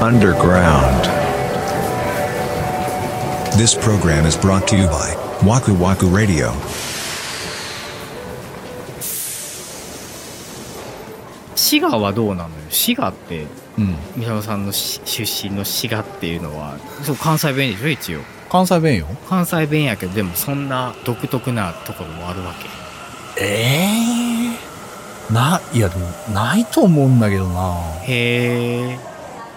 underground. This program is brought to you by Waku Waku Radio. 滋賀はどうなのよ滋賀ってうん、三沢さんのし出身の滋賀っていうのはそう関西弁でしょ一応関西弁よ関西弁やけどでもそんな独特なところもあるわけええな、いや、でもないと思うんだけどな。へえ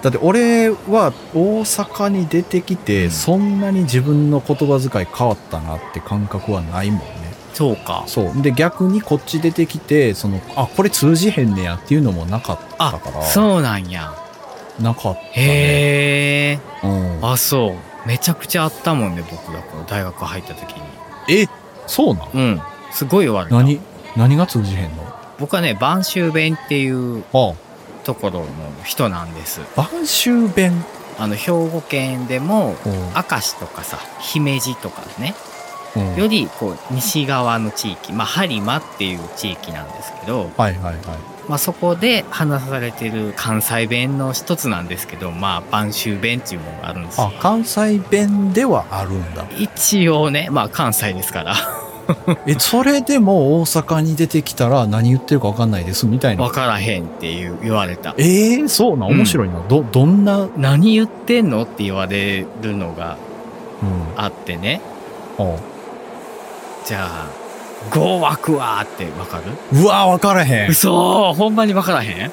だって俺は大阪に出てきて、うんそんなに自分の言葉遣い変わったなって感覚はないもんね。そうかそう。で、逆にこっち出てきて、その、あ、これ通じへんねやっていうのもなかったあから。そうなんやなかった、ね。へえうん、あそうめちゃくちゃあったもんね僕がこの大学入った時にえ、そうなんうんすごい言われた何何が通じへんの僕はね播州弁っていうあところの人なんですあ、播州弁。あの兵庫県でもうん明石とかさ姫路とかねうんよりこう西側の地域まあ播磨っていう地域なんですけど、はいはいはい。まあ、そこで話されてる関西弁の一つなんですけどまあ播州弁っていうものがあるんですよあ、関西弁ではあるんだ。一応ねまあ関西ですから え、それでも大阪に出てきたら何言ってるかわかんないですみたいな分。からへんっていう言われたええそうなんうん面白いな。ど、どんな、うん。何言ってんのって言われるのがあってねおじゃあ「語枠は」って分かるうわわからへん。嘘ほんまに分からへん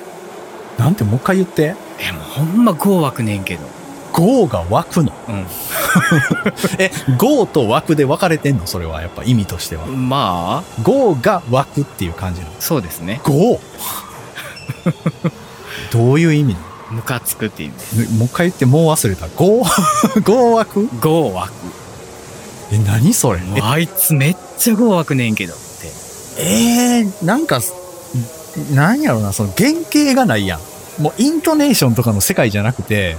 なんてもう一回言って。えもうほんま語枠ねんけどゴーが湧くの。 うんえ、ゴーと湧くで分かれてんのそれはやっぱ意味としては。まあゴーが湧くっていう感じなの。そうですね ゴーどういう意味なのムカつくっていう意味ですねもう一回言ってもう忘れた。 ゴーゴー湧く語枠え、何それもうあいつめっちゃ語枠ねんけどってええー、なんか、なんやろな、その原型がないやん。もうイントネーションとかの世界じゃなくて、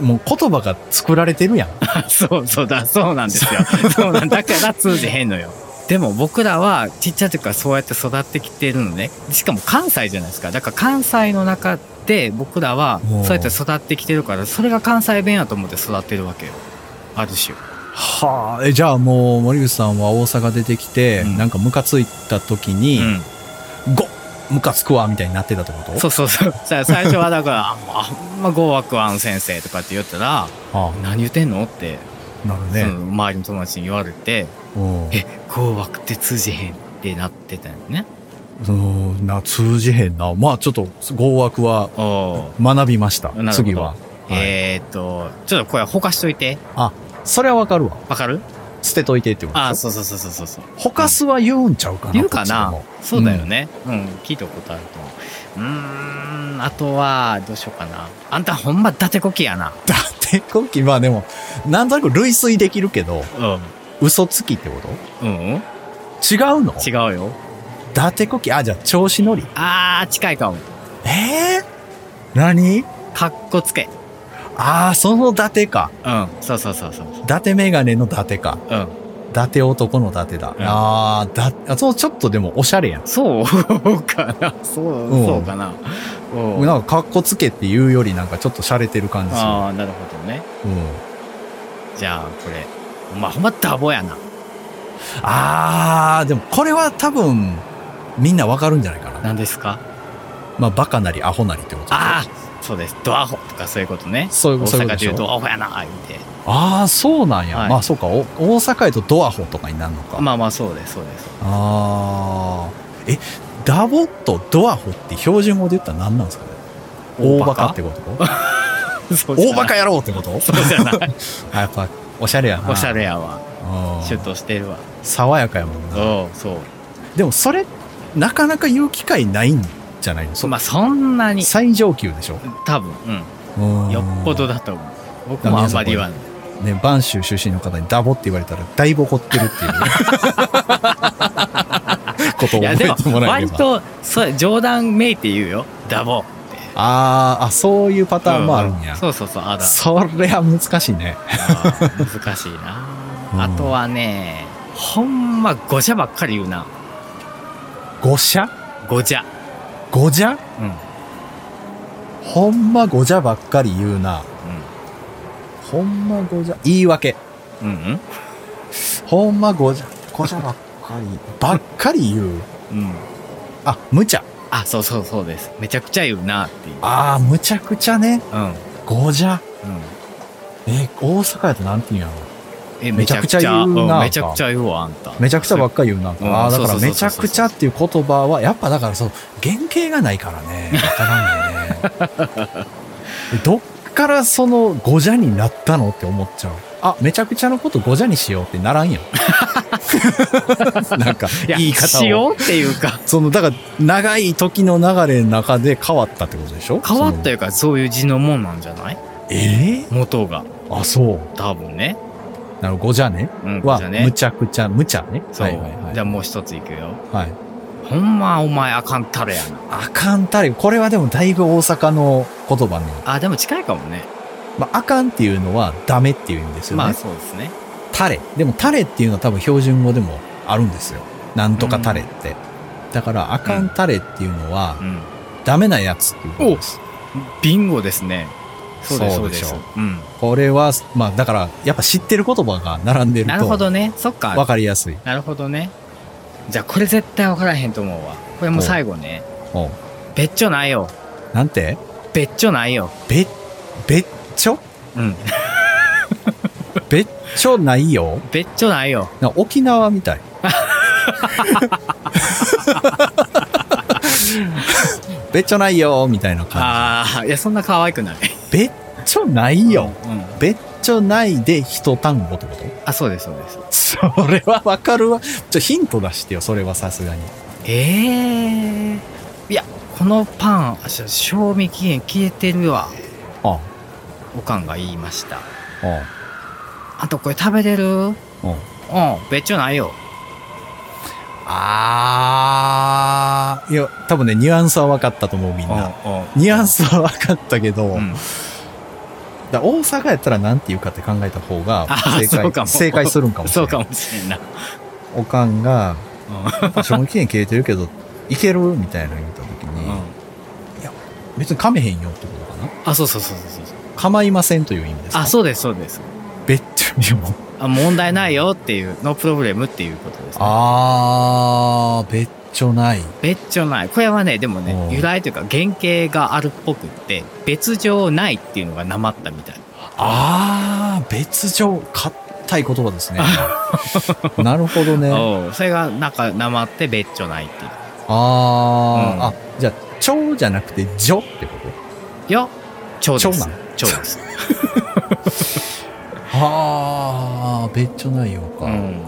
うんもう言葉が作られてるやん。 そうそうだそうなんですよそうなんだから通じへんのよでも僕らはちっちゃい時からそうやって育ってきてるのねしかも関西じゃないですかだから関西の中で僕らはおーそうやって育ってきてるからそれが関西弁やと思って育ってるわけよある種はあ、えじゃあもう森口さんは大阪出てきて、うんなんかムカついた時に、ゴムカつくわみたいになってたってことそうそうそうさあ最初はだから「あほんま語枠あん先生」とかって言ったらあ「何言ってんの?」ってあなるそね。の周りの友達に言われてうん「え紅白って通じへん」ってなってたよね。そのな通じへんな。まあちょっと、語枠はお学びましたなるほ。ど次は。ーはいえー、っとちょっとこれほかしといてそれはわかるわ。わかる捨てといてってことあーそうそうそうそうそうそうほかすは言うんちゃうかな。言うかなこっちでもそうだよねうん、聞いたことあると思ううーんあとはどうしようかなあんたほんま伊達こきやなだって今期まあでもなんとなく類推できるけどうん嘘つきってことうんうん違うの違うよ伊達こきあじゃあ調子乗りあー近いかもえー、何かっこつけああその伊達かうんそうそうそうそうそう伊達メガネの伊達かうん伊達男の伊達だ、うんあーだあそうちょっとでもおしゃれやんそうかな そう、うんそうかなうんなんかかっこつけっていうよりなんかちょっと洒落てる感じすああなるほどねる、うん、じゃあこれお前ほんまダボやなあーでもこれは多分みんなわかるんじゃないかな何ですかまあバカなりアホなりってことああそうですドアホとかそういうことねそういう大そういうことで阪でしいうょドアホやな言うてああそうなんや、はいまあそうかお大阪やとドアホとかになるのか、まあまあそうですそうですあーえダボとドアホって標準語で言ったら何なんですかね大バカってことそうじ大ゃないバカ野郎ってこと そうじゃ ないあやっぱおしゃれやなおしゃれやわうんシュッとしてるわ爽やかやもんなそうそでもそれなかなか言う機会ないんじゃないのうそ、まあそんなに最上級でしょ多分ううんんよっぽどだと思う僕もあんまり言わないね播州出身の方にダボって言われたらだいぶ怒ってるっていう ことを覚いやえでもてもらえれ割 ばとそう冗談めいて言うよダボってあーあ、そういうパターンもあるんや。うそうそうそうあるあるそれは難しいね。あー 難しいな、うんあとはねほんまごじゃばっかり言うなごじゃごじゃごじゃうんほんまごじゃばっかり言うな。ほんまごじゃ、言い訳。うん。うんほんまごじゃ、ごじゃばっかり、 ばっかり言う。うん。うん。あ、無茶。あ、そうそうそうです。めちゃくちゃ言うなっていう。ああ、むちゃくちゃね。うん。うん。ごじゃ。え、大阪やとなんて言うんやろ。え、めめちちゃゃくくちちゃゃ言うなうんめちゃくちゃ言うわ、あんた。めちゃくちゃばっかり言うな。うんああ、だからそうそうそうそうめちゃくちゃっていう言葉は、やっぱだからそう、原型がないからね、 わからんよね。どっからそのごじゃになったのって思っちゃう。あ、めちゃくちゃのことごじゃにしようってならんや ん。なんか、いや、言い方しを。ようっていう か、その、だから、長い時の流れの中で変わったってことでしょ変わったよ。いうか、そういう字のもんなんじゃないええ元が。あ、そう。多分ね。なるほど、ごじゃね。うん。は、じゃあむね。ちゃくちゃ、むちゃね。そう。はいはいはいじゃあもう一ついくよ。はい。ほんまお前あかんたれやな。あかんたれ、これはでもだいぶ大阪の言葉ね。あ、でも近いかもね。まあ、あかんっていうのはダメっていう意味ですよね。まあそうですね。タレ。でもタレっていうのは多分標準語でもあるんですよ。なんとかタレって。だから、あかんタレっていうのは、うん。ダメなやつっていうことです。ビンゴですね。そうです、そそううででしょす。うん。これは、まあ、だから、やっぱ知ってる言葉が並んでるなるほと、どね。そっわか。かりやすい。なるほどね。じゃあこれ絶対分からへんと思うわ。これもう最後ね。おうべっちょないよ。なんてべっちょないよ。べ、べっちょうん。 べっちょないよ。べっちょないよ。な沖縄み たい。べっちょないよみたいな感ああ、いや、そんな可愛くない。じ。べっちょないよ。うん。べっちょないで一単語ってことあ、そうです、そうです。それはわかるわ。ちょ、ヒント出してよ、それはさすがに。ええいや、このパン、あし賞味期限消えてるわ。あおかんが言いました。あ、ああとこれ食べれるうん。あ、べっちょないよ。ああー。いや、多分ね、ニュアンスは分かったと思う、みんな。うニュアンスは分かったけど、ん。だから大阪やったら何て言うかって考えた方があ正そう解かも正解するんかもしそれうないか。もしれんな。おかんが、う賞味期限切れてるけど、いけるみたいなの言った時ん。に、うん別に噛めへんよってことかなあ、そうそうそうそうそう。構いませんという意味ですかあ、そうです、そうです。べっちょにも。あ問題ないよっていう、ノープロブレムっていうことです、ね。あー、べっちょない。別所ない。これはね、でもおね、う由来というか原型があるっぽくって、別状ないっていうのがなまったみたい。あー、別状、硬い言葉ですね。 なるほどね。おうそれがなんかなまって別所ないっていう。あー、うんあ、じゃあ、ちょじゃなくて、じょってこといや、蝶です。蝶なの蝶です。 あー、べっちょ内容か。うん。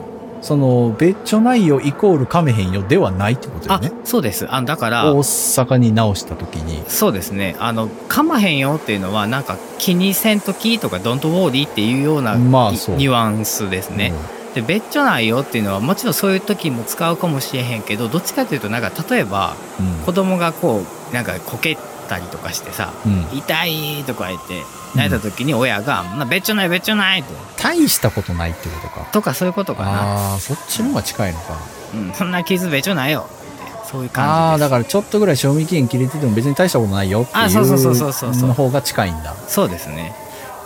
その、べっちょ内容イコール噛めへんよではないってことよあね。、そうです。あ、だから大、阪に直した時に。そうですね。あの、噛まへんよっていうのは、なんか気にせんときとか、don't worry っていうような、まあいそうニュアンスですね。で、べっちょないよっていうのは、もちろんそういう時も使うかもしれへんけど、どっちかというと、なんか例えば、うん。子供がこう、なんかこけたりとかしてさ、うんうん痛いとか言って、泣いた時に親が、なべっちょないべっちょないと大したことないってことか。とかそういうことかな。ああー、そっちの方が近いのか。うん、そんな傷べっちょないよって、そういうああ感ー、じでだす。からちょっとぐらい賞味期限切れてても別に大したことないよっていうあそうそうそうそうそうそうの方が近いんだ。そうですね。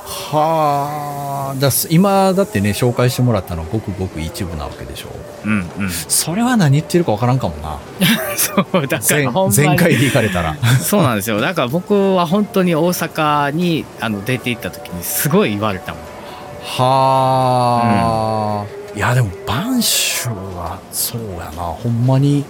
はあ、だ今だってね、紹介してもらったのはごくごく一部なわけでしょ。うんうん。それは何言ってるかわからんかもな。 そう、だか前らほんまに前回で行かれたら。 そうなんですよ。だから僕は本当に大阪にあの出て行った時にすごい言われたもん。はあ、いやでも播州はそうやなほんまに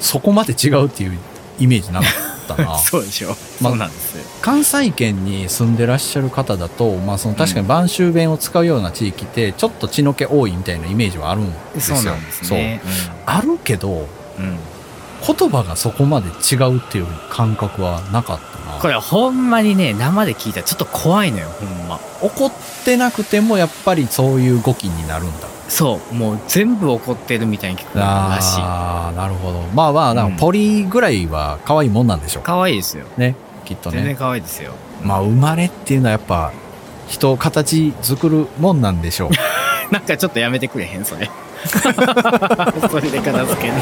そこまで違うっていうイメージなかった なそうでしょ。まそうなんですよ。関西圏に住んでらっしゃる方だと、まあ、その確かに播州弁を使うような地域ってちょっと血の気多いみたいなイメージはあるんですよそうなんですね。そうあるけどうん。うん言葉がそこまで違うっていう感覚はなかったなこれほんまにね、生で聞いたらちょっと怖いのよ、ほんま。怒ってなくてもやっぱりそういう語気になるんだそう、もう全部怒ってるみたいに聞こえるらしい。ああなるほどまあまあなんかうんポリぐらいは可愛いもんなんでしょうか、可愛いですよ。ねきっと全然ね可愛いですよ。まあ生まれっていうのはやっぱ人を形作るもんなんでしょう なんかちょっとやめてくれへん、それ。それで片付けるの。